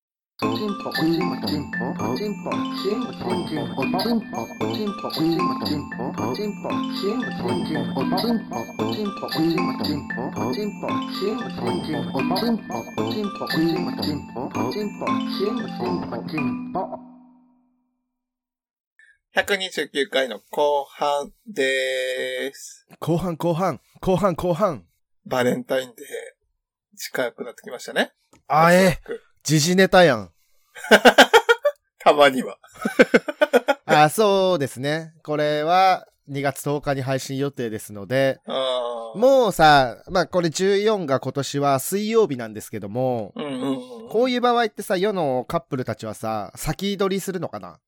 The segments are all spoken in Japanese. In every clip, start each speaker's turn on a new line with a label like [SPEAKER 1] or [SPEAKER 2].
[SPEAKER 1] チンポおチンポチンポおチンポチンポチンポおチンポおチンポおチンポチンポおチンポチンポチンポおチンポおチンポおチンポチンポおチンポチンポチンポおチンポおチンポチンポチンポおチンポチンポチンポチンポ
[SPEAKER 2] 129回の後半でーす。
[SPEAKER 3] 後半後半後半後半
[SPEAKER 2] バレンタインデー、近くなってきましたね。
[SPEAKER 3] あ
[SPEAKER 2] お
[SPEAKER 3] え
[SPEAKER 2] そらく
[SPEAKER 3] 時事ネタやん。
[SPEAKER 2] たまには。
[SPEAKER 3] あそうですね。これは2月10日に配信予定ですので、
[SPEAKER 2] あー
[SPEAKER 3] もうさ、まあこれ14が今年は水曜日なんですけども、
[SPEAKER 2] うんうんうん。
[SPEAKER 3] こういう場合ってさ、世のカップルたちはさ、先取りするのかな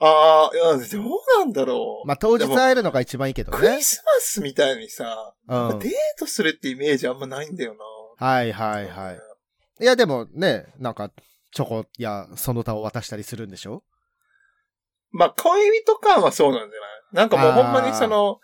[SPEAKER 2] ああ、いや、どうなんだろう。
[SPEAKER 3] まあ当日
[SPEAKER 2] でも
[SPEAKER 3] 会えるのが一番いいけど
[SPEAKER 2] ク
[SPEAKER 3] ね
[SPEAKER 2] リ。スマスみたいにさ、
[SPEAKER 3] うん。
[SPEAKER 2] デートするってイメージあんまないんだよ
[SPEAKER 3] はいはい
[SPEAKER 2] な。
[SPEAKER 3] はい。いやでもね、なんか、チョコやその他を渡したりするんでしょ
[SPEAKER 2] まあ、恋人感はそうなんじゃないなんかもう
[SPEAKER 3] あー
[SPEAKER 2] ほんまにその、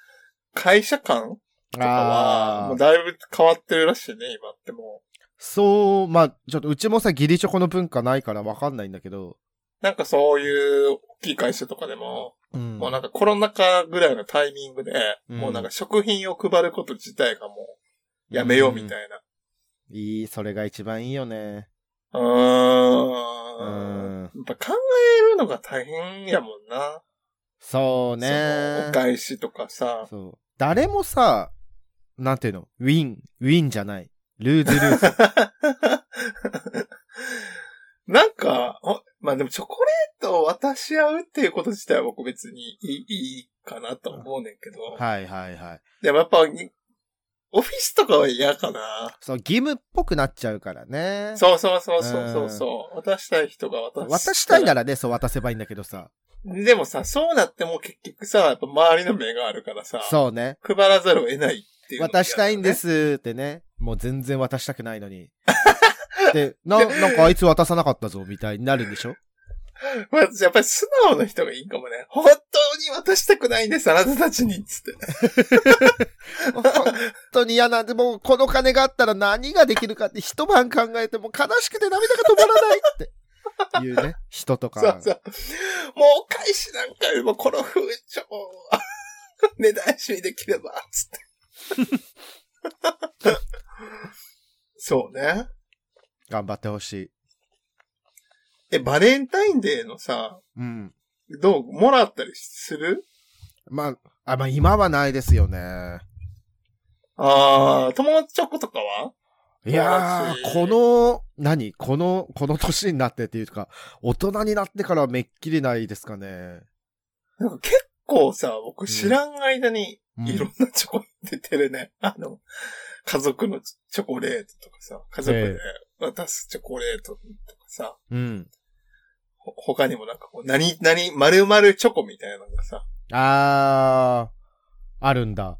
[SPEAKER 2] 会社感
[SPEAKER 3] あ
[SPEAKER 2] とかは、も
[SPEAKER 3] ー
[SPEAKER 2] うだいぶ変わってるらしいね、今っても
[SPEAKER 3] そう、まあ、ちょっとうちもさ、ギリチョコの文化ないからわかんないんだけど、
[SPEAKER 2] う。なんかそういう大きい会社とかでも、
[SPEAKER 3] うん。
[SPEAKER 2] もうなんかコロナ禍ぐらいのタイミングで、
[SPEAKER 3] うん
[SPEAKER 2] もうなんか食品を配ること自体がもう、やめようみたい
[SPEAKER 3] うんいい、それが一番いいよね。
[SPEAKER 2] な。う
[SPEAKER 3] う
[SPEAKER 2] ーん。
[SPEAKER 3] ん。
[SPEAKER 2] やっぱ考えるのが大変やもんな。その
[SPEAKER 3] そうね
[SPEAKER 2] お。返しとかさ。
[SPEAKER 3] そう。誰もさ、なんていうのウィン、ウィンじゃない。ルーズルー ズ。
[SPEAKER 2] なんか、おまあでもチョコレートを渡し合うっていうこと自体は僕別にいいいいかなと思うねんけど。
[SPEAKER 3] はいはいはい。
[SPEAKER 2] でもやっぱ、にオフィスとかは嫌かな。
[SPEAKER 3] そう、義務っぽくなっちゃうからね。う。
[SPEAKER 2] そうそうそうそうそうそう。渡したい人が渡す。
[SPEAKER 3] 渡したいならね、そう渡せばいいんだけどさ。
[SPEAKER 2] でもさ、そうなっても結局さ、やっぱ周りの目があるからさ、
[SPEAKER 3] そうね。
[SPEAKER 2] 配らざるを得ないっていうのが嫌だね、
[SPEAKER 3] 渡したいんですってね。もう全然渡したくないの に。で、な、なんかあいつ渡さなかったぞ、みたいになるんでしょ
[SPEAKER 2] まあ、やっぱり素直な人がいいかもね。本当に渡したくないんです、あなたたちに、つって。
[SPEAKER 3] 本当に嫌なんで、もうこの金があったら何ができるかって一晩考えてもう悲しくて涙が止まらないっていうね、人と
[SPEAKER 2] そう
[SPEAKER 3] か。
[SPEAKER 2] そう。もうお返しなんかよりもこの風潮を、 値段しにできれば、つって。 そうね。
[SPEAKER 3] 頑張ってほしい。
[SPEAKER 2] え、バレンタインデーのさ、
[SPEAKER 3] うん。
[SPEAKER 2] どう、もらったりする
[SPEAKER 3] まあ、あ、まあ今はないですよね。
[SPEAKER 2] ああ、友達チョコとかはい素
[SPEAKER 3] や
[SPEAKER 2] 晴らし
[SPEAKER 3] ー、
[SPEAKER 2] い
[SPEAKER 3] この、何この、この年になってっていうか、大人になってからはめっきりないですかね。
[SPEAKER 2] なんか結構さ、僕知らん間に
[SPEAKER 3] うん
[SPEAKER 2] いろんなチョコ出てるね。 あの、家族のチョコレートとかさ、家族で渡すチョコレートとかさ、
[SPEAKER 3] うん。
[SPEAKER 2] ほ他にもなんかこう、何、何、〇〇チョコみたいなのがさ、
[SPEAKER 3] あー、あるんだ。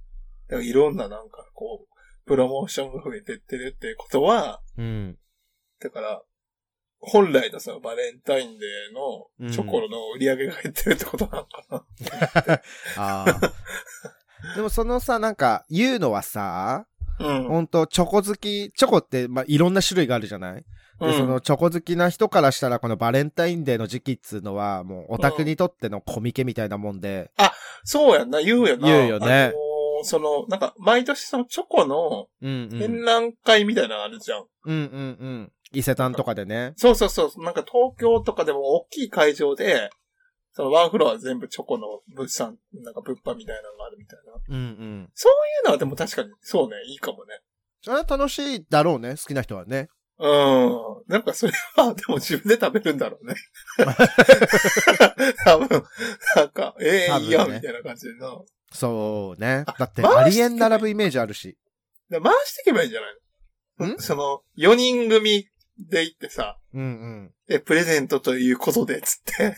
[SPEAKER 2] なんかいろんななんかこう、プロモーションが増えてってるってことは、
[SPEAKER 3] うん。
[SPEAKER 2] だから、本来のさ、バレンタインデーのチョコの売り上げが減ってるってことなのかな。
[SPEAKER 3] あー。 でもそのさ、なんか、言うのはさ、
[SPEAKER 2] うん。
[SPEAKER 3] ほんと、チョコ好き、チョコって、まあ、いろんな種類があるじゃない、
[SPEAKER 2] う
[SPEAKER 3] で、
[SPEAKER 2] ん
[SPEAKER 3] その、チョコ好きな人からしたら、このバレンタインデーの時期っつうのは、もう、オタクにとってのコミケみたいなもんで、
[SPEAKER 2] そうやんな、言うよな。
[SPEAKER 3] 言うよね
[SPEAKER 2] あのーその、なんか、毎年そのチョコの
[SPEAKER 3] うんうん、うん
[SPEAKER 2] 展覧会みたいなのあるじゃん。
[SPEAKER 3] うんうん。伊勢丹とかでね。
[SPEAKER 2] そうそうそう。なんか東京とかでも大きい会場で、そのワンフロア全部チョコの物産、なんか物販みたいなのがあるみたいな。そうい
[SPEAKER 3] うんうん。
[SPEAKER 2] うのはでも確かに、そうね、いいかもね。
[SPEAKER 3] それは楽しいだろうね、好きな人はね。
[SPEAKER 2] うん。なんかそれは、でも自分で食べるんだろ うね。多分、なんか、ええ
[SPEAKER 3] 多分ね
[SPEAKER 2] いいや、みたいな感じでな。
[SPEAKER 3] そうね
[SPEAKER 2] あ。
[SPEAKER 3] だって、
[SPEAKER 2] 回して
[SPEAKER 3] ありえん並ぶイメージあるし。
[SPEAKER 2] で回していけばいいんじゃないの
[SPEAKER 3] ん
[SPEAKER 2] その、4人組で行ってさ、
[SPEAKER 3] うんうん。
[SPEAKER 2] え、プレゼントということで、つっ て。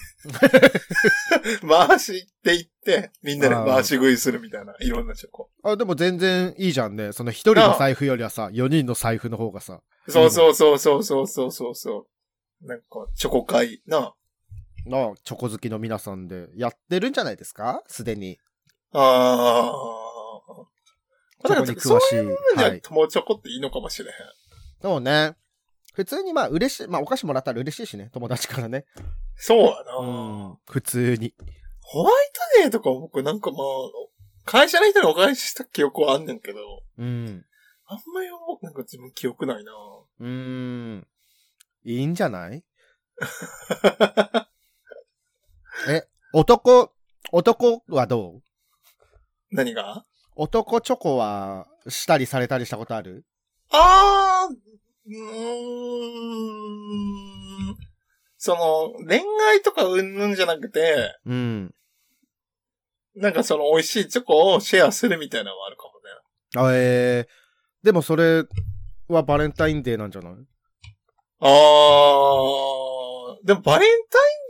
[SPEAKER 2] 回しって言って、みんなで回し食いするみたいな、いろんなチョコ。
[SPEAKER 3] あ、でも全然いいじゃんね。その一人の財布よりはさ、四人の財布の方がさ。
[SPEAKER 2] そうそうそうそうそうそうそうそう。なんか、チョコ会な。
[SPEAKER 3] なあ、チョコ好きの皆さんでやってるんじゃないですかすでに。
[SPEAKER 2] ああ。
[SPEAKER 3] チョ
[SPEAKER 2] だ
[SPEAKER 3] コ
[SPEAKER 2] か
[SPEAKER 3] に
[SPEAKER 2] ら、そういう
[SPEAKER 3] 詳しい。
[SPEAKER 2] 部分で
[SPEAKER 3] は。
[SPEAKER 2] はい友チョコっていいのかもしれへん。
[SPEAKER 3] そうね。普通にまあ嬉しい、まあお菓子もらったら嬉しいしね、友達からね。
[SPEAKER 2] そうやな、
[SPEAKER 3] 普通に。
[SPEAKER 2] ホワイトデーとか僕なんかまあ、会社の人にお返しした記憶はあんねんけど、
[SPEAKER 3] うん。
[SPEAKER 2] あんまり思う、なんか自分記憶ないな
[SPEAKER 3] うん。いいんじゃ ない男、男はどう
[SPEAKER 2] 何が
[SPEAKER 3] 男チョコはしたりされたりしたことある
[SPEAKER 2] あー、うーん。その、恋愛とかうんぬんじゃなくて、
[SPEAKER 3] うん。
[SPEAKER 2] なんかその美味しいチョコをシェアするみたいなのはあるかもね。
[SPEAKER 3] あえー、でもそれはバレンタインデーなんじゃない
[SPEAKER 2] あー、でもバレン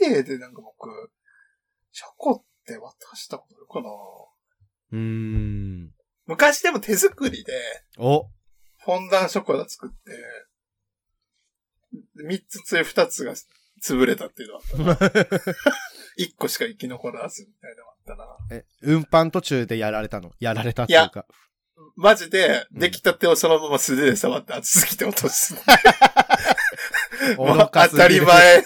[SPEAKER 2] タインデーでなんか僕、チョコって渡したことあるかな
[SPEAKER 3] うん。
[SPEAKER 2] 昔でも手作りで、
[SPEAKER 3] お、
[SPEAKER 2] フォンダンショコラ作って、3つつ2つが潰れたっていうのはあ ったな。1個しか生き残らずみたいなのあったな。
[SPEAKER 3] え、運搬途中でやられたのやられたっていうか。
[SPEAKER 2] マジで、出来たてをそのまま素手で触って熱すぎて落とす。
[SPEAKER 3] 愚か
[SPEAKER 2] 当
[SPEAKER 3] すぎ
[SPEAKER 2] た
[SPEAKER 3] る
[SPEAKER 2] り。前、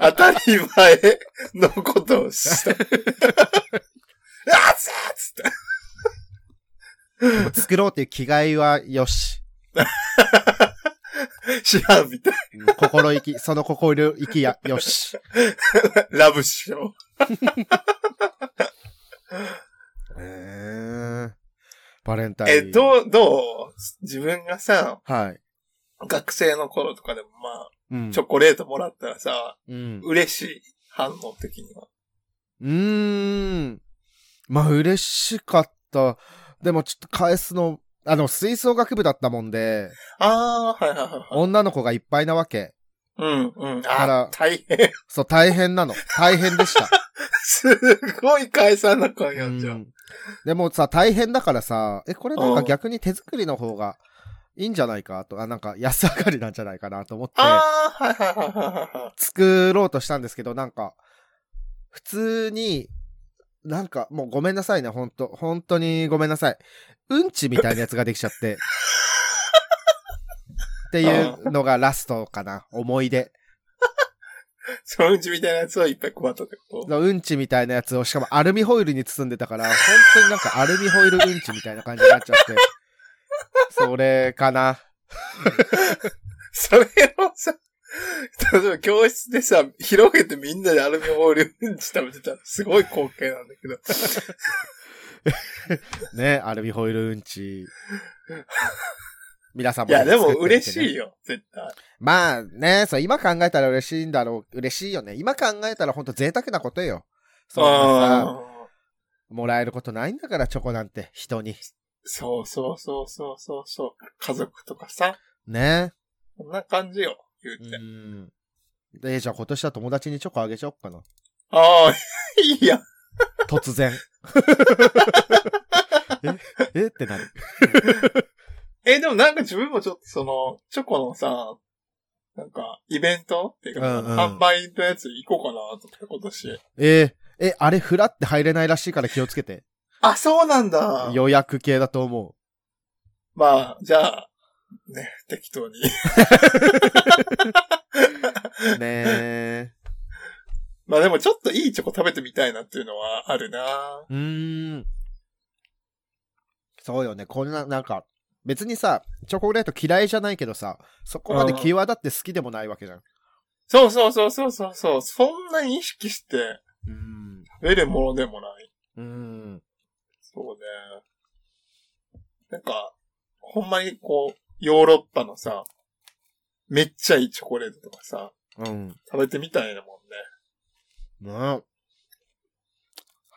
[SPEAKER 2] 当たり前のことをした。あっつーっつって。
[SPEAKER 3] 作ろうっていう気概はよし。
[SPEAKER 2] 知らんみたい
[SPEAKER 3] 心意 気、その心意気や、よし。
[SPEAKER 2] な。ラブしよ
[SPEAKER 3] えー、バレンタ
[SPEAKER 2] う。
[SPEAKER 3] イン。
[SPEAKER 2] え、どう、どう自分がさ、
[SPEAKER 3] はい。
[SPEAKER 2] 学生の頃とかでもまあ、
[SPEAKER 3] うん
[SPEAKER 2] チョコレートもらったらさ、
[SPEAKER 3] うん。
[SPEAKER 2] 嬉しい、反応的には。
[SPEAKER 3] うーん。まあ、嬉しかった。でも、ちょっと返すの、あの、吹奏楽部だったもんで、
[SPEAKER 2] ああ、はいはいはいはい。
[SPEAKER 3] 女の子がいっぱいなわけ。
[SPEAKER 2] うんうん。
[SPEAKER 3] か
[SPEAKER 2] あ
[SPEAKER 3] ら
[SPEAKER 2] 大変。
[SPEAKER 3] そう、大変なの。大変でした。
[SPEAKER 2] すご い解散な感
[SPEAKER 3] う
[SPEAKER 2] やっちゃう。
[SPEAKER 3] んでもさ、大変だからさ、え、これなん
[SPEAKER 2] う
[SPEAKER 3] か
[SPEAKER 2] ん
[SPEAKER 3] 逆に手作りの方がいいんじゃないかと、あ、なんか安上がりなんじゃないかなと思って、
[SPEAKER 2] ああ、はいはいはいはいはい。
[SPEAKER 3] 作ろうとしたんですけど、なんか、普通に、なんかもうごめんなさいね、ほんと。本当にごめんなさい。うんちみたいなやつができち ゃって。っていうのがラストかな。思い出。
[SPEAKER 2] そのうちみたいなやつをいっぱい配ったってこと
[SPEAKER 3] うんちみたいなやつを、しかもアルミホイルに包んでたから、本当になんかアルミホイルうんちみたいな感じになっちゃって。それかな。
[SPEAKER 2] それをさ、例えば教室でさ、広げてみんなでアルミホイルうんち食べてたらすごい光景なんだけど。
[SPEAKER 3] ね、アルミホイルうんち。皆さん
[SPEAKER 2] い
[SPEAKER 3] も、
[SPEAKER 2] や、でも嬉しい
[SPEAKER 3] よ。
[SPEAKER 2] よ、絶対。
[SPEAKER 3] まあね、そう、今考えたら嬉しいんだろう。嬉しいよね。今考えたら本当贅沢なことよ。そんなさ、
[SPEAKER 2] うん
[SPEAKER 3] もらえることないんだから、チョコなんて、人に。
[SPEAKER 2] そうそうそうそうそうそう。家族とかさ、
[SPEAKER 3] ね。
[SPEAKER 2] こんな感じよ、言う
[SPEAKER 3] う
[SPEAKER 2] て。
[SPEAKER 3] ん。で、じゃあ今年は友達にチョコあげちゃおうかな。
[SPEAKER 2] ああ、 いいやん。
[SPEAKER 3] 突然。 ええってなる。
[SPEAKER 2] え、でもなんか自分もちょっとその、チョコのさ、なんか、イベントっていうか、
[SPEAKER 3] うんうん
[SPEAKER 2] 販売のやつ行こうかなと思って今年。
[SPEAKER 3] えーえ、あれ、フラって入れないらしいから気をつけて。
[SPEAKER 2] あ、そうなんだ。
[SPEAKER 3] 予約系だと思
[SPEAKER 2] まあ、じゃあ、ね、適当に。
[SPEAKER 3] う。ねえ。
[SPEAKER 2] まあでもちょっといいチョコ食べてみたいなっていうのはあるな
[SPEAKER 3] うーん。そうよね。こんな、なんか、別にさ、チョコレート嫌いじゃないけどさ、そこまで際立って好きでもないわけじゃん。
[SPEAKER 2] そうそうそうそうそうそう。そんなに意識して
[SPEAKER 3] うん。
[SPEAKER 2] 食べるものでもない。
[SPEAKER 3] うん。
[SPEAKER 2] そうね。なんか、ほんまにこう、ヨーロッパのさ、めっちゃいいチョコレートとかさ、
[SPEAKER 3] うん。
[SPEAKER 2] 食べてみたいなもんね。
[SPEAKER 3] ま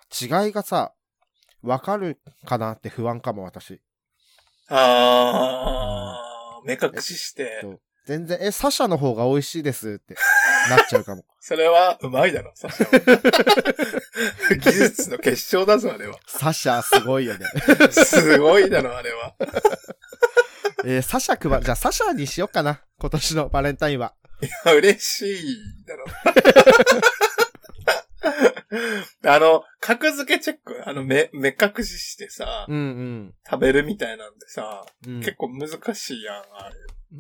[SPEAKER 3] あ、違いがさ、わかるかなって不安かも、私。
[SPEAKER 2] あー、目隠しして
[SPEAKER 3] そ、う全然、え、サシャの方が美味しいですってなっちゃうか も。
[SPEAKER 2] それはうまいだろ、サシャ は技術の結晶だぞ、あれは。
[SPEAKER 3] サシャすごいよね。
[SPEAKER 2] すごいだろ、あれは。
[SPEAKER 3] えーサシャくば、じゃあサシャにしようかな。今年のバレンタインは。
[SPEAKER 2] 嬉しいだろ。あの、格付けチェック、あの、目、目隠ししてさ、
[SPEAKER 3] うん
[SPEAKER 2] 食べるみたいなんでさ、
[SPEAKER 3] うん。うん
[SPEAKER 2] 結構難しいやん、あ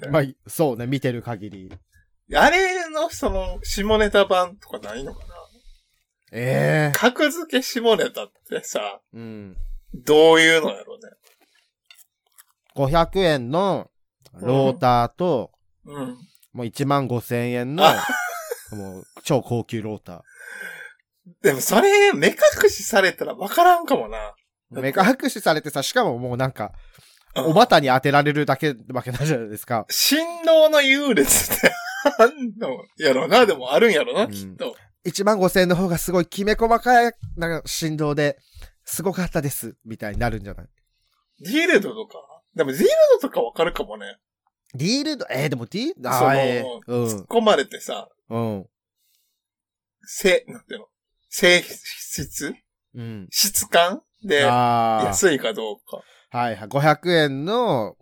[SPEAKER 2] れ。
[SPEAKER 3] まあ、そうね、見てる限り。
[SPEAKER 2] あれの、その、下ネタ版とかないのかな
[SPEAKER 3] ええ
[SPEAKER 2] 格付け下ネタってさ、
[SPEAKER 3] うん。
[SPEAKER 2] どういうのやろ
[SPEAKER 3] 500円のローターと、
[SPEAKER 2] うね。
[SPEAKER 3] もう1万5千円の、もう超高級ロータ
[SPEAKER 2] うん。でもそれ、目隠しされたらわからんかもな。
[SPEAKER 3] ー。目隠しされてさ、しかももうなんか、
[SPEAKER 2] うん
[SPEAKER 3] おばたに当てられるだけわけないじゃないですか。
[SPEAKER 2] 振動の優劣ってあんのやろな。でもあるんやろな、
[SPEAKER 3] うん
[SPEAKER 2] きっと。
[SPEAKER 3] 1万5千円の方がすごいきめ細かいなんか振動で、すごかったです、みたいになるんじゃない
[SPEAKER 2] ディールドとかでもディールドとかわかるかもね。
[SPEAKER 3] ディールド、えー、でもディールド、
[SPEAKER 2] その
[SPEAKER 3] あー、え
[SPEAKER 2] 突っ込まれてさ、
[SPEAKER 3] ー、うん、うん、
[SPEAKER 2] せ、なんていうの性質
[SPEAKER 3] うん。
[SPEAKER 2] 質感で、
[SPEAKER 3] あ
[SPEAKER 2] 安いかどうか。
[SPEAKER 3] あ、はいはい。500円の、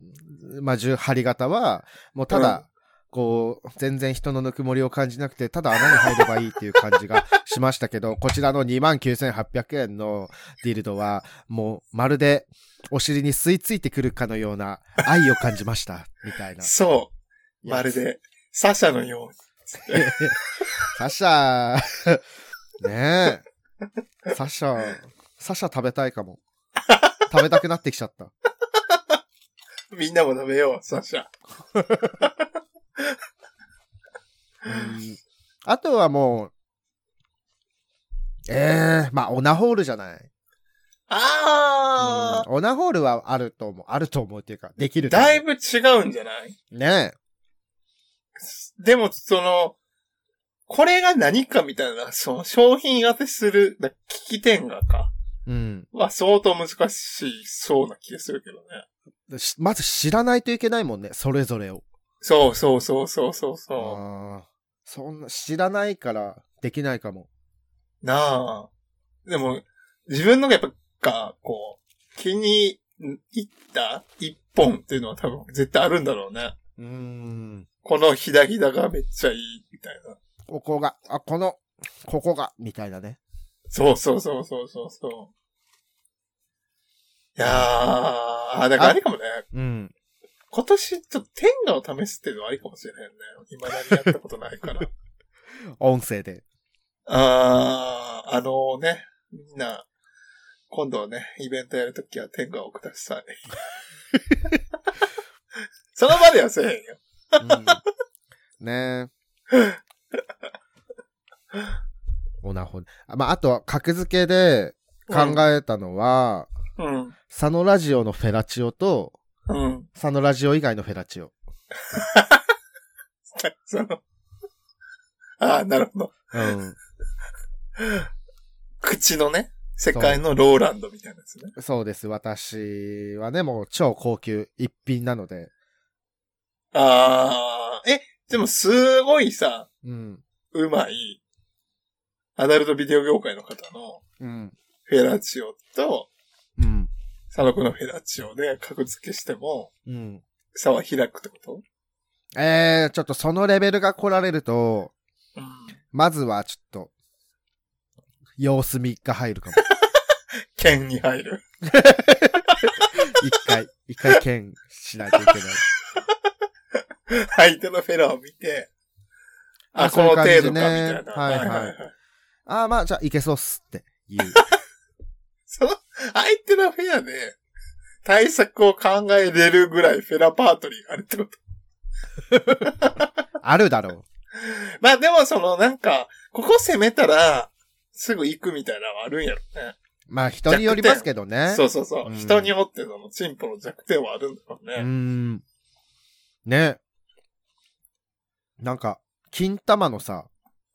[SPEAKER 3] まあ、10針型は、もうただ、
[SPEAKER 2] うん
[SPEAKER 3] こう、全然人のぬくもりを感じなくて、ただ穴に入ればいいっていう感じがしましたけど、 こちらの29,800円のディルドは、もうまるでお尻に吸い付いてくるかのような愛を感じました、みたい な。
[SPEAKER 2] そう。まるで、サシャのように。
[SPEAKER 3] サシャ ーねえ。サシャー、サシャ食べたいかも。食べたくなってきちゃった。
[SPEAKER 2] みんなも食べよう、サシャ。
[SPEAKER 3] うんあとはもう、ええまあ、オナホールじゃない。うん
[SPEAKER 2] あ
[SPEAKER 3] オナホールはあると思う。あると思うっていうか、でき
[SPEAKER 2] ー
[SPEAKER 3] ると思う。
[SPEAKER 2] だいぶ違うんじゃない
[SPEAKER 3] ね
[SPEAKER 2] でも、その、これが何かみたいな、その商品当てする、だ聞き点がか、
[SPEAKER 3] え。うん。
[SPEAKER 2] は相当難しそうな気がするけどね。
[SPEAKER 3] しまず知らないといけないもんね、それぞれを。
[SPEAKER 2] そうそうそうそうそうそ
[SPEAKER 3] ああ。そんな、知らないから、できないかも。
[SPEAKER 2] う。なあ。でも、自分のがやっぱ、が、こう、気に入った一本っていうのは多分絶対あるんだろうね。
[SPEAKER 3] うーん。
[SPEAKER 2] このひだひだがめっちゃいい、みたいな。
[SPEAKER 3] ここが、あ、この、ここが、みたいなね。
[SPEAKER 2] そうそうそうそうそうそう。いやー、あだからあれかもね。
[SPEAKER 3] うん。
[SPEAKER 2] 今年、ちょっと天下を試すっていうのはありかもしれないよね。未だにやったことないから。
[SPEAKER 3] 音声で。
[SPEAKER 2] あー、あのね、みんな、今度ね、イベントやるときは天下をくだ さい。その場ではせえへんよ。
[SPEAKER 3] うん、ねえ。オナホあまあ、あとは、格付けで考えたのは、
[SPEAKER 2] うん。
[SPEAKER 3] 佐野ラジオのフェラチオと、
[SPEAKER 2] うん。
[SPEAKER 3] 佐野ラジオ以外のフェラチオ。
[SPEAKER 2] その、あー、なるほど。
[SPEAKER 3] うん。
[SPEAKER 2] 口のね、世界のローランドみたいなやつね。
[SPEAKER 3] そうです。私はね、もう超高級一品なので。
[SPEAKER 2] あー、え、でもすごいさ、
[SPEAKER 3] うん。
[SPEAKER 2] うまい、アダルトビデオ業界の方の
[SPEAKER 3] うん。
[SPEAKER 2] フェラチオと、
[SPEAKER 3] うん。
[SPEAKER 2] 佐野くんのフェラチオで格付けしても、
[SPEAKER 3] うん。
[SPEAKER 2] 差は開くってこと
[SPEAKER 3] えー、ちょっとそのレベルが来られると、
[SPEAKER 2] うん。
[SPEAKER 3] まずはちょっと、様子見が入るかも。
[SPEAKER 2] 剣に入る。
[SPEAKER 3] 一回、一回剣しないといけない。
[SPEAKER 2] 相手のフェラを見て、あ、
[SPEAKER 3] あ
[SPEAKER 2] この程
[SPEAKER 3] そういう
[SPEAKER 2] 度か、み
[SPEAKER 3] 感
[SPEAKER 2] たい
[SPEAKER 3] じね
[SPEAKER 2] な。
[SPEAKER 3] はいはいああ、まあ、じゃあ、いけそうっすって言う。
[SPEAKER 2] その、相手のフェラで、対策を考えれるぐらいフェラパートリーがあるってこと。
[SPEAKER 3] あるだろ
[SPEAKER 2] まあでもその、なんか、ここ攻めたら、すぐ行くみたいなのはあるんやろね。
[SPEAKER 3] う。まあ、人によりますけどね。
[SPEAKER 2] そうそうそう。
[SPEAKER 3] うん
[SPEAKER 2] 人によってその、チンポの弱点はあるんだろう
[SPEAKER 3] うー
[SPEAKER 2] ね。
[SPEAKER 3] ん。ね。なんか、金玉のさ、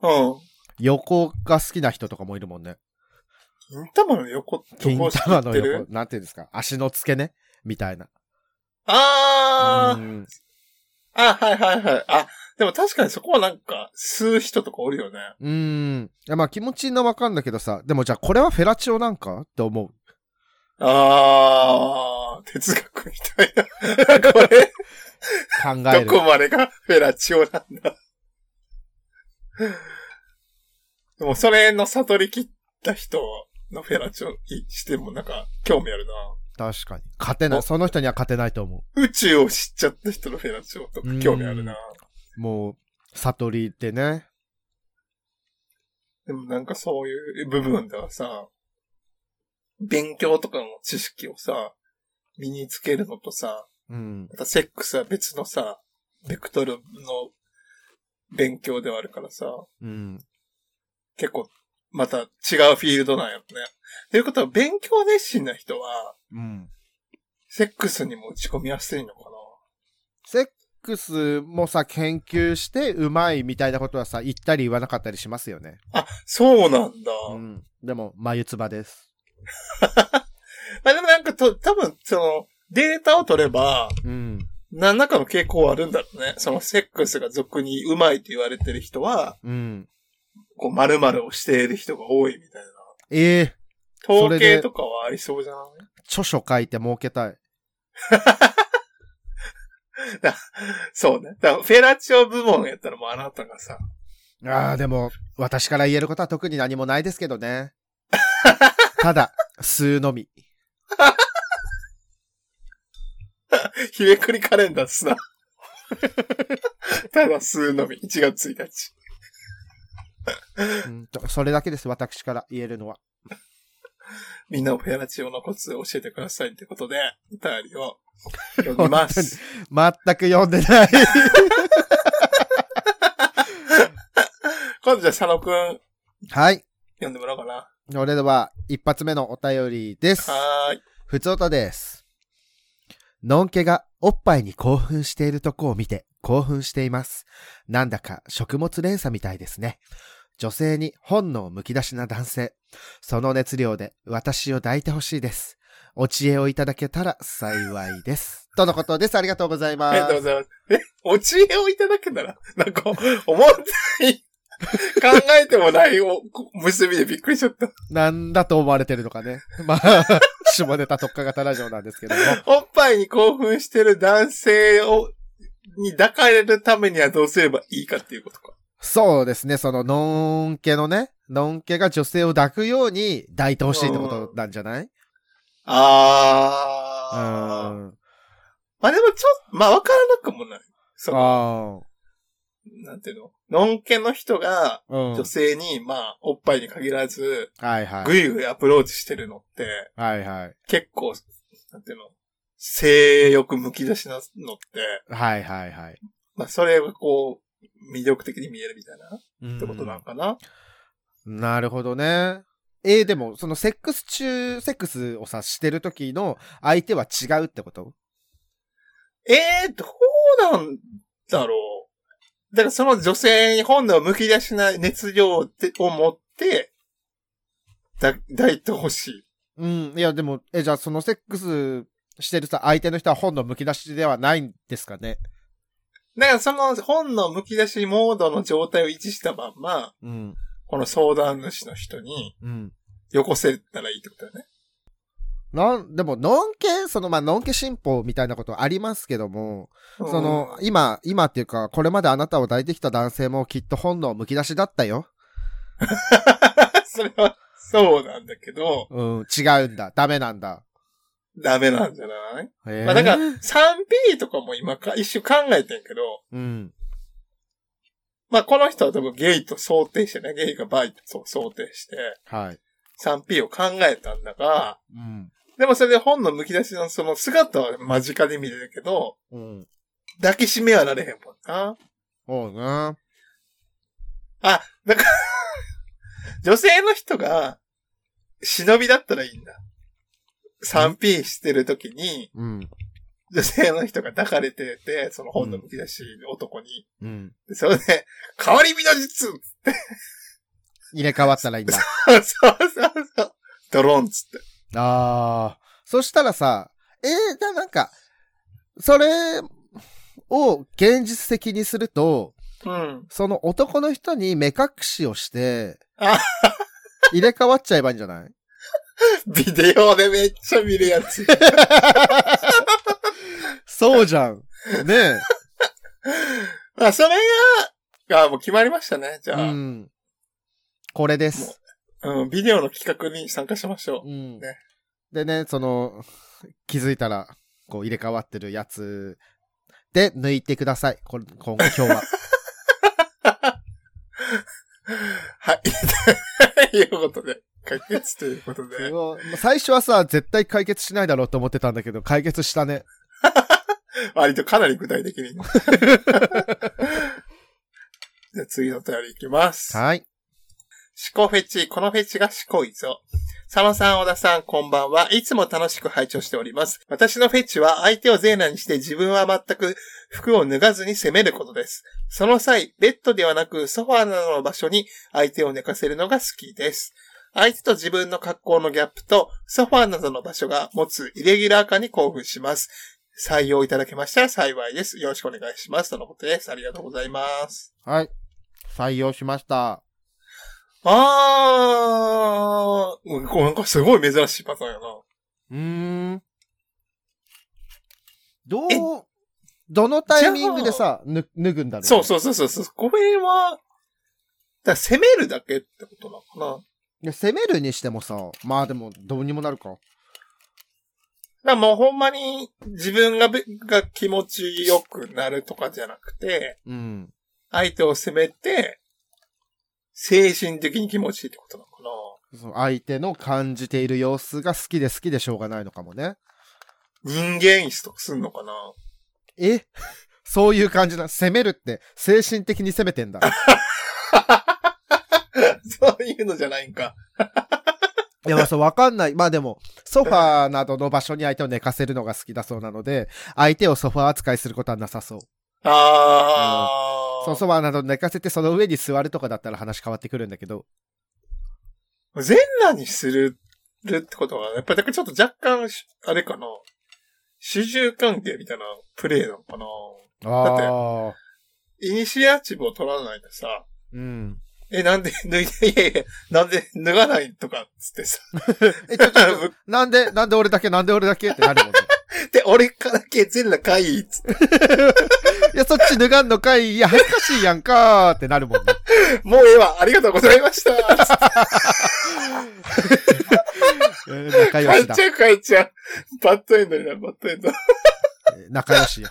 [SPEAKER 2] うん。
[SPEAKER 3] 横が好きな人とかもいるもんね。
[SPEAKER 2] 金玉の横って
[SPEAKER 3] 金
[SPEAKER 2] こう
[SPEAKER 3] 玉
[SPEAKER 2] 知っ
[SPEAKER 3] の
[SPEAKER 2] てる
[SPEAKER 3] 横、なんていうんですか、足の付け根みたいな。
[SPEAKER 2] あ
[SPEAKER 3] う
[SPEAKER 2] ー、
[SPEAKER 3] ん
[SPEAKER 2] あ、はいはいはい。あ、でも確かにそこはなんか、吸う人とかおるよね。
[SPEAKER 3] うーん。いや、まあ、気持ちいいのはわかんだけどさ、でもじゃあ、これはフェラチオなんかって思う。
[SPEAKER 2] あー、哲学みた いな。これ、
[SPEAKER 3] 考える
[SPEAKER 2] ど。こまでがフェラチオなんだ。でも、それの悟り切った人のフェラチオいしてもなんか、興味あるな。
[SPEAKER 3] 確かに。勝てな
[SPEAKER 2] お
[SPEAKER 3] い。その人には勝てないと思
[SPEAKER 2] 宇宙を知っちゃった人のフェラチオとか興味あるな。
[SPEAKER 3] う。もう、悟りってね。
[SPEAKER 2] でもなんかそういう部分ではさ、勉強とかの知識をさ、身につけるのとさ、
[SPEAKER 3] うん。
[SPEAKER 2] またセックスは別のさ、ベクトルの勉強ではあるからさ、
[SPEAKER 3] うん。
[SPEAKER 2] 結構また違うフィールドなんやろね。ということは勉強熱心な人は、
[SPEAKER 3] うん。
[SPEAKER 2] セックスにも打ち込みやすいのか
[SPEAKER 3] セックスもさ、研究してうまいみたいなことはさ、言ったり言わなかったりしますよね。
[SPEAKER 2] な。あ、そうなんだ。
[SPEAKER 3] うん。でも、眉唾です。
[SPEAKER 2] まあでもなんかと、多分その、データを取れば、
[SPEAKER 3] うん。
[SPEAKER 2] 何らかの傾向はあるんだろうね。そのセックスが俗にうまいと言われてる人は、
[SPEAKER 3] うん。
[SPEAKER 2] こう、〇〇をしている人が多いみたいな。
[SPEAKER 3] ええそ
[SPEAKER 2] 統
[SPEAKER 3] れ
[SPEAKER 2] 計
[SPEAKER 3] で
[SPEAKER 2] とかはありそうじゃない
[SPEAKER 3] 著書書いて儲けたい。
[SPEAKER 2] そうね。だからフェラチオ部門やったらもうあなたがさ、
[SPEAKER 3] ああ、でも、私から言えることは特に何もないですけどね。 ただ、吸うのみ。
[SPEAKER 2] 日めくりカレンダーすな。ただ数のみ、1月1日。
[SPEAKER 3] うんと、それだけです、私から言えるのは。
[SPEAKER 2] みんなもフェラチオのコツを教えてくださいってことで、お便りを読みます。
[SPEAKER 3] 全く読んでない。
[SPEAKER 2] 今度じゃあ佐野くん
[SPEAKER 3] はい。
[SPEAKER 2] 読んでもらおうかな。
[SPEAKER 3] それでは、一発目のお便りです。
[SPEAKER 2] はーい。
[SPEAKER 3] ふつおたです。のんけがおっぱいに興奮しているとこを見て興奮しています。なんだか食物連鎖みたいですね。女性に本能むき出しな男性。その熱量で私を抱いてほしいです。お知恵をいただけたら幸いです。とのことです。ありがとうござい
[SPEAKER 2] あ
[SPEAKER 3] ま
[SPEAKER 2] りがとうご
[SPEAKER 3] す。
[SPEAKER 2] ざいます。え、お知恵をいただけたら、 なんか、思ったい、考えてもないお結びでびっくりしちゃった。
[SPEAKER 3] なんだと思われてるのかね。まあ、下ネタ特化型ラジオなんですけども。
[SPEAKER 2] おっぱいに興奮してる男性を、に抱かれるためにはどうすればいいかっていうことか。
[SPEAKER 3] そうですね、その、のんけのね、のんけが女性を抱くように抱いてほしいってことなんじゃないう
[SPEAKER 2] あー。
[SPEAKER 3] ん。
[SPEAKER 2] まあでもちょっと、まあわからなくもない。その、
[SPEAKER 3] あ
[SPEAKER 2] なんていうののんけの人が、
[SPEAKER 3] あ。うん。
[SPEAKER 2] 女性に、まあ、おっぱいに限らず、
[SPEAKER 3] はいは
[SPEAKER 2] ぐ
[SPEAKER 3] い。
[SPEAKER 2] いぐいアプローチしてるのって、
[SPEAKER 3] はいはい。
[SPEAKER 2] 結構、なんていうの性欲むき出しなのって、
[SPEAKER 3] はいはいはい。
[SPEAKER 2] まあ、それがこう、魅力的に見えるみたいな、ってことなのかな、
[SPEAKER 3] うんなるほどね。えー、でも、そのセックス中、セックスをさ、してる時の相手は違うってこと
[SPEAKER 2] ええー、どうなんだろうだからその女性に本能むき出しな熱量ってを持って、だ、抱いてほしい。
[SPEAKER 3] うん。いや、でも、え、じゃあそのセックスしてるさ、相手の人は本のむき出しではないんですかね
[SPEAKER 2] だからその本能むき出しモードの状態を維持したまんま、
[SPEAKER 3] うん。
[SPEAKER 2] この相談主の人に、
[SPEAKER 3] うん。
[SPEAKER 2] よこせたらいいってことだね。
[SPEAKER 3] なん、でも、のんけ、その、まあ、のんけ新法みたいなことありますけども、その、今、今っていうか、これまであなたを抱いてきた男性もきっと本能むき出しだったよ。
[SPEAKER 2] うん、 それは、そうなんだけど、
[SPEAKER 3] うん、違うんだ。ダメなんだ。
[SPEAKER 2] ダメなんじゃない、
[SPEAKER 3] え
[SPEAKER 2] まあだから、3P とかも今か、一瞬考えてんけど、
[SPEAKER 3] うん。
[SPEAKER 2] まあこの人は多分ゲイと想定してね、ゲイがバイと想定して、
[SPEAKER 3] はい。
[SPEAKER 2] 3P を考えたんだが、
[SPEAKER 3] うん。
[SPEAKER 2] でもそれで本の剥き出しのその姿は間近で見れるけど、
[SPEAKER 3] うん。
[SPEAKER 2] 抱きしめはられへんもんな。
[SPEAKER 3] そうね。
[SPEAKER 2] あ、だから、女性の人が、忍びだったらいいんだ。3P してる時に、
[SPEAKER 3] うん。
[SPEAKER 2] 女性の人が抱かれてて、その本のむき出しの男に。
[SPEAKER 3] うん。
[SPEAKER 2] でそれで、変わり身の術
[SPEAKER 3] 入れ替わったらい いんだ。
[SPEAKER 2] そうそうそう。ドローンっつって。
[SPEAKER 3] ああ。そしたらさ、えー、じゃあなんか、それを現実的にすると、
[SPEAKER 2] うん。
[SPEAKER 3] その男の人に目隠しを して
[SPEAKER 2] あ、
[SPEAKER 3] 入れ替わっちゃえばいいんじゃない
[SPEAKER 2] ビデオでめっちゃ見るやつ。
[SPEAKER 3] そうじゃん。ねえ。
[SPEAKER 2] まあ、それが、がもう決まりましたね、じゃあ。
[SPEAKER 3] うん。これです。
[SPEAKER 2] うん、ビデオの企画に参加しましょ
[SPEAKER 3] うん
[SPEAKER 2] ね
[SPEAKER 3] でね、その、気づいたら、こう入れ替わってるやつで抜いてください。こ今今日は。
[SPEAKER 2] う。 はい。 ということで、解決ということで。
[SPEAKER 3] もう最初はさ、絶対解決しないだろうと思ってたんだけど、解決したね。
[SPEAKER 2] 割とかなり具体的 に。じゃあ次のお便りいきます。思
[SPEAKER 3] はい。
[SPEAKER 2] 考フェチ、このフェチが思考いぞ。サマさん、小田さん、こんばんは。いつも楽しく拝聴しております。私のフェチは相手をゼーナにして自分は全く服を脱がずに攻めることです。その際、ベッドではなくソファーなどの場所に相手を寝かせるのが好きです。相手と自分の格好のギャップとソファーなどの場所が持つイレギュラー化に興奮します。採用いただけましたら幸いです。よろしくお願いします。とのことです。ありがとうございます。
[SPEAKER 3] はい。採用しました。
[SPEAKER 2] あー、うんこうなんかすごい珍しいパターンやな。
[SPEAKER 3] うーん。ど
[SPEAKER 2] え
[SPEAKER 3] う、どのタイミングでさ、ぬ脱ぐんだろうね、
[SPEAKER 2] そうそうそうそうそう。これは、だから攻めるだけってことなのか
[SPEAKER 3] いや攻めるにしてもさ、まあでも、どうにもなるか。
[SPEAKER 2] な。だからもうほんまに自分がべが気持ちよくなるとかじゃなくて、
[SPEAKER 3] うん。
[SPEAKER 2] 相手を攻めて、精神的に気持ちいいってことなのかな。
[SPEAKER 3] その相手の感じている様子が好きで好きでしょうがないのかもね。
[SPEAKER 2] 人間質とかすんのかな。
[SPEAKER 3] え そういう感じな。攻めるって、精神的に攻めてん だ。
[SPEAKER 2] そういうのじゃないんか。
[SPEAKER 3] いや、まあそう、わかんない。まあでも、ソファーなどの場所に相手を寝かせるのが好きだそうなので、相手をソファー扱いすることはなさそう。
[SPEAKER 2] ああ。
[SPEAKER 3] そう、ソファーなど寝かせて、その上に座るとかだったら話変わってくるんだけど。
[SPEAKER 2] 全裸にする、るってことは、やっぱりだからちょっと若干し、あれかな。主従関係みたいなプレイなのかな。
[SPEAKER 3] ああ。
[SPEAKER 2] イニシアチブを取らないとさ、
[SPEAKER 3] うん。
[SPEAKER 2] え、なんで 脱いで、いやいや、なんで脱がないとか、つってさ。
[SPEAKER 3] え、ちょ、ちょ、ちょ なんで、なんで俺だけ、なんで俺だけってなるもん ね。
[SPEAKER 2] で、俺からけ全裸かい、つって。
[SPEAKER 3] いや、そっち脱がんのかい。いや、恥ずかしいやんかーってなるもんね。
[SPEAKER 2] もうええわ、ありがとうございました。つって
[SPEAKER 3] えー仲良
[SPEAKER 2] 帰っち
[SPEAKER 3] し だ。
[SPEAKER 2] ゃう、帰っちゃう。バッドエンドになる、バッドエンド。
[SPEAKER 3] えー仲良しや。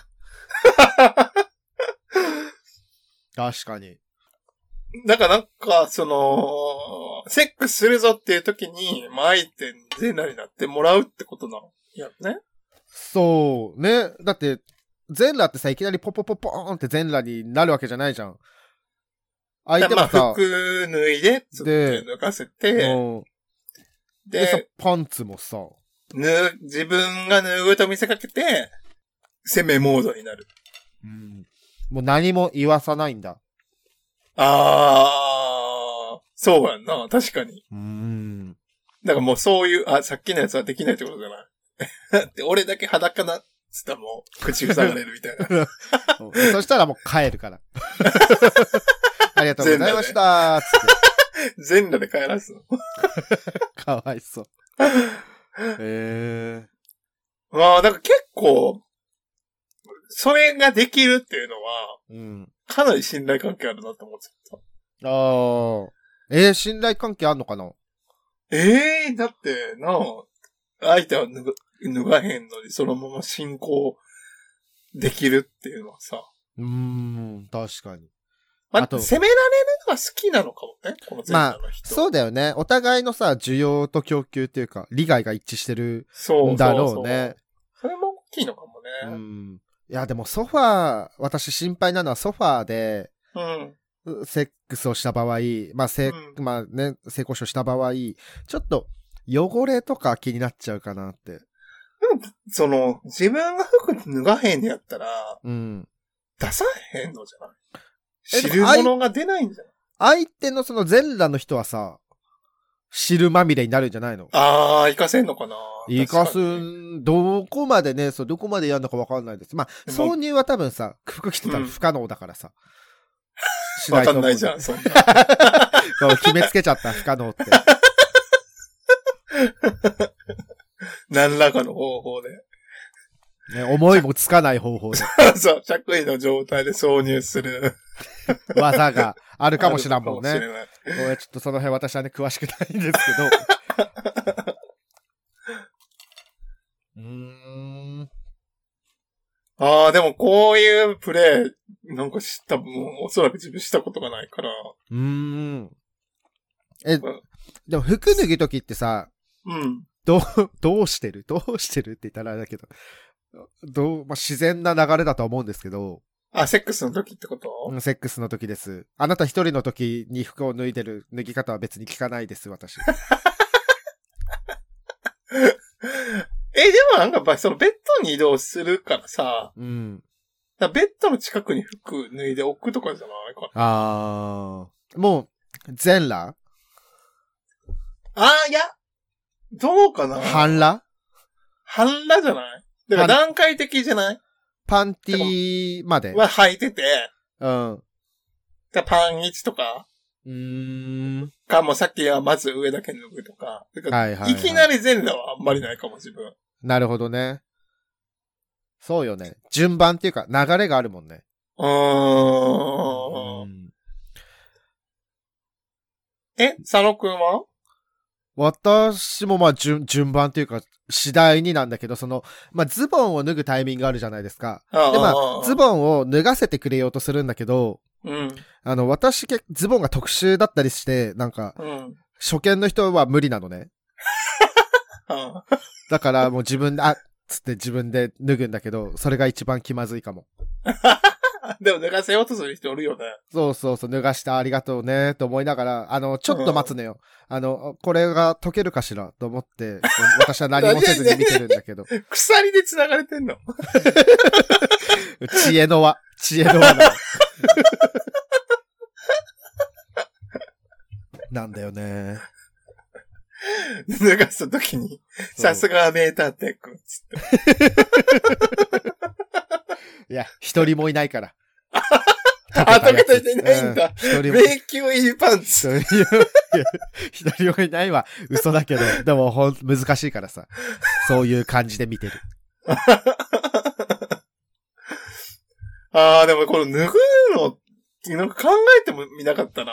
[SPEAKER 3] 確かに。
[SPEAKER 2] だからなんか、その、セックスするぞっていう時に、まあ、相手に全裸になってもらうってことなの。いや、ね。
[SPEAKER 3] そう、ね。だって、全裸ってさ、いきなりポポポポーンって全裸になるわけじゃないじゃん。相手
[SPEAKER 2] まあ、
[SPEAKER 3] もさ、
[SPEAKER 2] 服脱いで、つって
[SPEAKER 3] で
[SPEAKER 2] 脱がせ
[SPEAKER 3] う
[SPEAKER 2] て、
[SPEAKER 3] んでさ
[SPEAKER 2] で、、
[SPEAKER 3] パンツもさ、
[SPEAKER 2] 脱、自分が脱ぐと見せかけて、攻めモードになる。
[SPEAKER 3] もう何も言わさないんだ。
[SPEAKER 2] あー、そうやんな。確かに。
[SPEAKER 3] うん。
[SPEAKER 2] だからもうそういう、あ、さっきのやつはできないって ことじゃない。で俺だけ裸な、つったらもう、口塞がれるみたいな。
[SPEAKER 3] そしたらもう帰るから。 ありがとうございました。つっ
[SPEAKER 2] 全裸で帰らすの。
[SPEAKER 3] て。かわいそう。え
[SPEAKER 2] まあ、だから結構、それができるっていうのは、
[SPEAKER 3] えうん。
[SPEAKER 2] かなり信頼関係あるなと思ってた。
[SPEAKER 3] ああ。えー、信頼関係あんのかな
[SPEAKER 2] ええだって、な相手は脱が脱がへんのに、そのまま進行できるっていうのはさ。
[SPEAKER 3] うーん、確かに。
[SPEAKER 2] まあ、
[SPEAKER 3] あと
[SPEAKER 2] 攻められるのが好きなのかもね、この前者の人。
[SPEAKER 3] そうだよね。お互いのさ、需要と供給っていうか、利害が一致してる
[SPEAKER 2] そ
[SPEAKER 3] んだろうね。。
[SPEAKER 2] それも大きいのかも
[SPEAKER 3] う
[SPEAKER 2] ね。
[SPEAKER 3] ん。いや、でもソファー、私心配なのはソファーで、
[SPEAKER 2] うん。
[SPEAKER 3] セックスをした場合、まあ、せ、
[SPEAKER 2] う
[SPEAKER 3] まあね、性交渉した場合、ちょっと汚れとか気になっちゃうかなって。
[SPEAKER 2] その、自分が服脱がへんのやったら、
[SPEAKER 3] うん。
[SPEAKER 2] 出さへんのじゃない
[SPEAKER 3] え
[SPEAKER 2] 知るものが出ないんじゃない
[SPEAKER 3] 相手のその全裸の人はさ、汁まみれになるんじゃないの
[SPEAKER 2] ああ、活かせんのかな
[SPEAKER 3] イカ
[SPEAKER 2] 確
[SPEAKER 3] ス
[SPEAKER 2] かに
[SPEAKER 3] ン、どこまでね、そう、どこまでやるのかわかんないです。まあ、
[SPEAKER 2] でも
[SPEAKER 3] 挿入は多分さ、服着てた
[SPEAKER 2] うん
[SPEAKER 3] ら不可能だからさ。し
[SPEAKER 2] わか
[SPEAKER 3] と
[SPEAKER 2] ん
[SPEAKER 3] 思
[SPEAKER 2] な
[SPEAKER 3] う
[SPEAKER 2] いじゃん、そんな。
[SPEAKER 3] そう決めつけちゃった、不可能って。
[SPEAKER 2] 何らかの方法で。
[SPEAKER 3] ね、思いもつかない方法で、
[SPEAKER 2] そう、着衣の状態で挿入する。
[SPEAKER 3] 技があるかもしらんもんね。
[SPEAKER 2] あるかもしれない
[SPEAKER 3] ごめんちょっとその辺私はね、詳しくないんですけど。うーん。
[SPEAKER 2] ああ、でもこういうプレイ、なんか知った、もうおそらく自分したことがないから。
[SPEAKER 3] うーん。え、でも服脱ぐときってさ、
[SPEAKER 2] うん。
[SPEAKER 3] どう、どうしてるどうしてるって言ったらあれだけど、どう、まあ、自然な流れだとは思うんですけど、
[SPEAKER 2] あ、セックスの時ってこと
[SPEAKER 3] うんセックスの時です。あなた一人の時に服を脱いでる脱ぎ方は別に聞かないです、私。
[SPEAKER 2] え、でもなんかやっぱりそのベッドに移動するからさ、
[SPEAKER 3] うん。
[SPEAKER 2] だからベッドの近くに服脱いで置くとかじゃないか
[SPEAKER 3] あー。もう、全裸
[SPEAKER 2] な。ああ、いや、どうかな
[SPEAKER 3] 半裸
[SPEAKER 2] 半裸じゃないだから段階的じゃない
[SPEAKER 3] パンティーまで。
[SPEAKER 2] は履いてて、
[SPEAKER 3] うん。う
[SPEAKER 2] だからパン1とか、
[SPEAKER 3] ーん。
[SPEAKER 2] かもうさっきはまず上だけ脱ぐとか。だから
[SPEAKER 3] はいはい、はい。
[SPEAKER 2] いきなり全裸はあんまりないかも、自分。
[SPEAKER 3] なるほどね。そうよね。順番っていうか、流れがあるもんね。
[SPEAKER 2] うー。
[SPEAKER 3] うんん
[SPEAKER 2] え、佐野くんは
[SPEAKER 3] 私もまあ順、順番っていうか、次第になんだけど、その、まあズボンを脱ぐタイミングがあるじゃないですか。で、まあ、ズボンを脱がせてくれようとするんだけど、
[SPEAKER 2] ン。うん。
[SPEAKER 3] あの、私、けズボンが特殊だったりして、なんか、
[SPEAKER 2] うん。
[SPEAKER 3] 初見の人は無理なのね。
[SPEAKER 2] あ
[SPEAKER 3] だからもう自分で、あつって自分で脱ぐんだけど、それが一番気まずいかも。
[SPEAKER 2] ーでも脱がせようとする人おるよね。
[SPEAKER 3] そうそうそう、脱がしてありがとうね、と思いながら、あの、ちょっと待つのよ。あの、これが解けるかしら、と思って、 こう私は何もせずに見てるんだけど、
[SPEAKER 2] 鎖で繋がれてんの。
[SPEAKER 3] 知恵の輪、知恵の輪なのなんだよね。
[SPEAKER 2] 脱がすときに、さすがメーターテッ ク。つって。
[SPEAKER 3] いや、一人もいないから。
[SPEAKER 2] あ溶けた人いないんだ
[SPEAKER 3] う一人も。
[SPEAKER 2] 迷宮入りパンツ。
[SPEAKER 3] 一人もいや一人もいないは嘘だけど、でもほん、難しいからさ。そういう感じで見てる。
[SPEAKER 2] ああ、でもこの脱ぐの、なんか考えてもみなかったな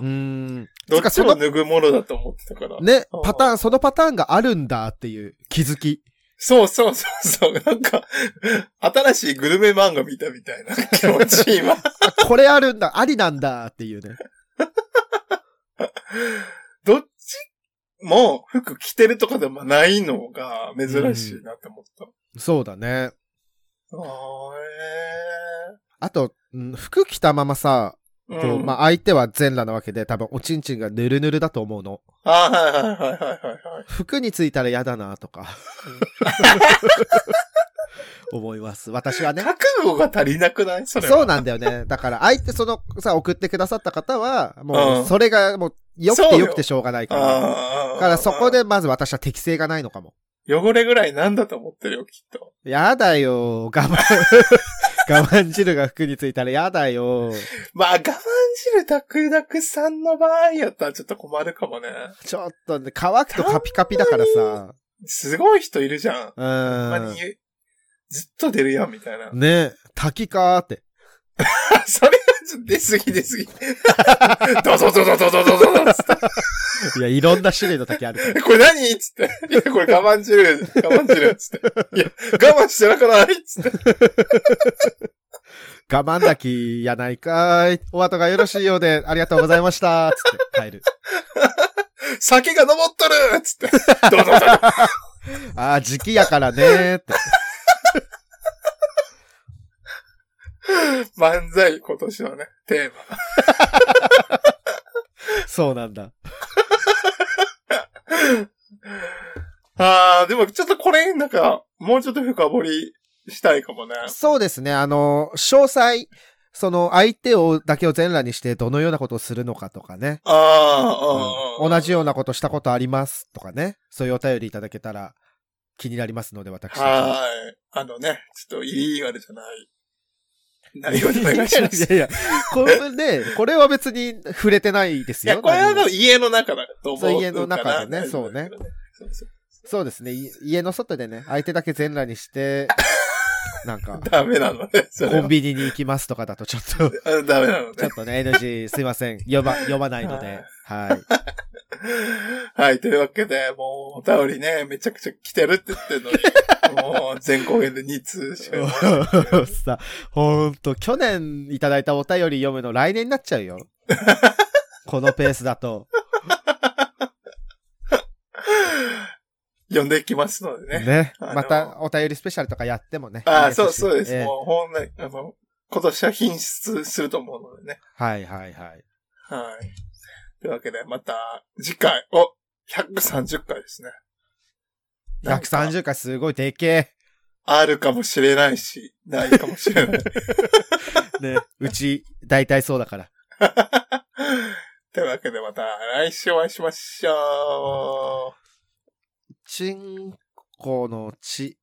[SPEAKER 3] うーん。
[SPEAKER 2] どっちも脱ぐものだと思ってたから。
[SPEAKER 3] ね
[SPEAKER 2] うん、
[SPEAKER 3] パターン、そのパターンがあるんだっていう気づき。
[SPEAKER 2] そうそうそうそう。なんか、新しいグルメ漫画見たみたいな気持ち、今。
[SPEAKER 3] あこれあるんだ、ありなんだっていうね。
[SPEAKER 2] どっちも服着てるとかでもないのが珍しいなって思った。
[SPEAKER 3] そうだね。
[SPEAKER 2] あ
[SPEAKER 3] あと、うん服着たままさ、
[SPEAKER 2] ーえ
[SPEAKER 3] こ
[SPEAKER 2] ー
[SPEAKER 3] うまあ、相手は全裸なわけで、多分おちんちんがぬるぬるだと思うの。
[SPEAKER 2] あー、はいはいはいはいはいはい。
[SPEAKER 3] 服についたら嫌だなとか。思います。私はね。
[SPEAKER 2] 覚悟が足りなくないそれは。
[SPEAKER 3] そうなんだよね。だから、相手そのさ、送ってくださった方は、
[SPEAKER 2] う
[SPEAKER 3] も
[SPEAKER 2] ん
[SPEAKER 3] う、それがもう、良く
[SPEAKER 2] そう
[SPEAKER 3] て
[SPEAKER 2] よ
[SPEAKER 3] 良くてしょうがないから。
[SPEAKER 2] あ
[SPEAKER 3] だ
[SPEAKER 2] ー
[SPEAKER 3] から、そこ。でまず私は適性がないのかも。
[SPEAKER 2] 汚れぐらいなんだと思ってるよ、きっと。
[SPEAKER 3] やだよ、我慢。我慢汁が服についたらやだよ。
[SPEAKER 2] まあ、我慢汁ダクダクさんの場合やったらちょっと困るかもね。
[SPEAKER 3] ちょっとね、乾くとカピカピだからさ。
[SPEAKER 2] すごい人いるじゃん。
[SPEAKER 3] う
[SPEAKER 2] たまに
[SPEAKER 3] ー
[SPEAKER 2] ずっと出るやん、みたいな。
[SPEAKER 3] ん。ね滝かーって。
[SPEAKER 2] それはちょっと出過ぎ 出過ぎ。ドドドドドドドドドっつっ
[SPEAKER 3] いや、いろんな種類の滝あるから。
[SPEAKER 2] て これ何っつって。 いや、これ我慢汁、我慢汁っつって。いや、我慢してなくないっつって。
[SPEAKER 3] 我慢滝やないかーい。お後がよろしいようで、ありがとうございました。つって帰る。
[SPEAKER 2] 酒が登っとるっつって。ドドドド
[SPEAKER 3] ああ、時期やからねーって。
[SPEAKER 2] 漫才、今年はね、テーマ。
[SPEAKER 3] そうなんだ。
[SPEAKER 2] あー、でもちょっとこれ、なんか、もうちょっと深掘りしたいかもね。
[SPEAKER 3] そうですね。あの、詳細、その、相手を、だけを全裸にして、どのようなことをするのかとかね。
[SPEAKER 2] あーあー、
[SPEAKER 3] 同じようなことしたことありますとかね。そういうお便りいただけたら気になりますので、私。
[SPEAKER 2] はーい。あのね、ちょっといいあれじゃない。内容でお願いします。
[SPEAKER 3] いやいや、これね、これは別に触れて ないです
[SPEAKER 2] い
[SPEAKER 3] よ。
[SPEAKER 2] や、これは
[SPEAKER 3] 何
[SPEAKER 2] で
[SPEAKER 3] も
[SPEAKER 2] も家の中だと思うから。
[SPEAKER 3] そう家の中でねそうね
[SPEAKER 2] そうそう
[SPEAKER 3] そうですね。い家の外でね、相手だけ全裸にして、なんか、
[SPEAKER 2] ダメなのね、それ
[SPEAKER 3] コ
[SPEAKER 2] は
[SPEAKER 3] ン。ビニに行きますとかだとち ょっと、ち
[SPEAKER 2] あダメなのね
[SPEAKER 3] ょっ。とね、NG すいません。読ま、読まないので。は い。
[SPEAKER 2] はい、というわけで、もう、お便りね、めちゃくちゃ来てるって言ってるのに、 もう、全公演で2通しか読まない
[SPEAKER 3] さ、ほんと、去年いただいたお便り読むの来年になっちゃう よ。このペースだと。
[SPEAKER 2] 読んでいきますのでね。
[SPEAKER 3] ね。
[SPEAKER 2] あの
[SPEAKER 3] またお便りスペシャルとかやってもね。
[SPEAKER 2] ああ、
[SPEAKER 3] いい
[SPEAKER 2] そう、
[SPEAKER 3] し
[SPEAKER 2] そうです。
[SPEAKER 3] ええ
[SPEAKER 2] もう、ほんまにあの、今年は品質すると思うのでね。
[SPEAKER 3] はいはいはい。
[SPEAKER 2] はい。というわけで、また、次回、お、130回ですね。なんか
[SPEAKER 3] 130回すごいでけ
[SPEAKER 2] あるかもしれないし、ないかもしれ ない。
[SPEAKER 3] え。ね。うち、大体そうだから。
[SPEAKER 2] というわけで、また来週お会いしましょう。
[SPEAKER 3] チンコの血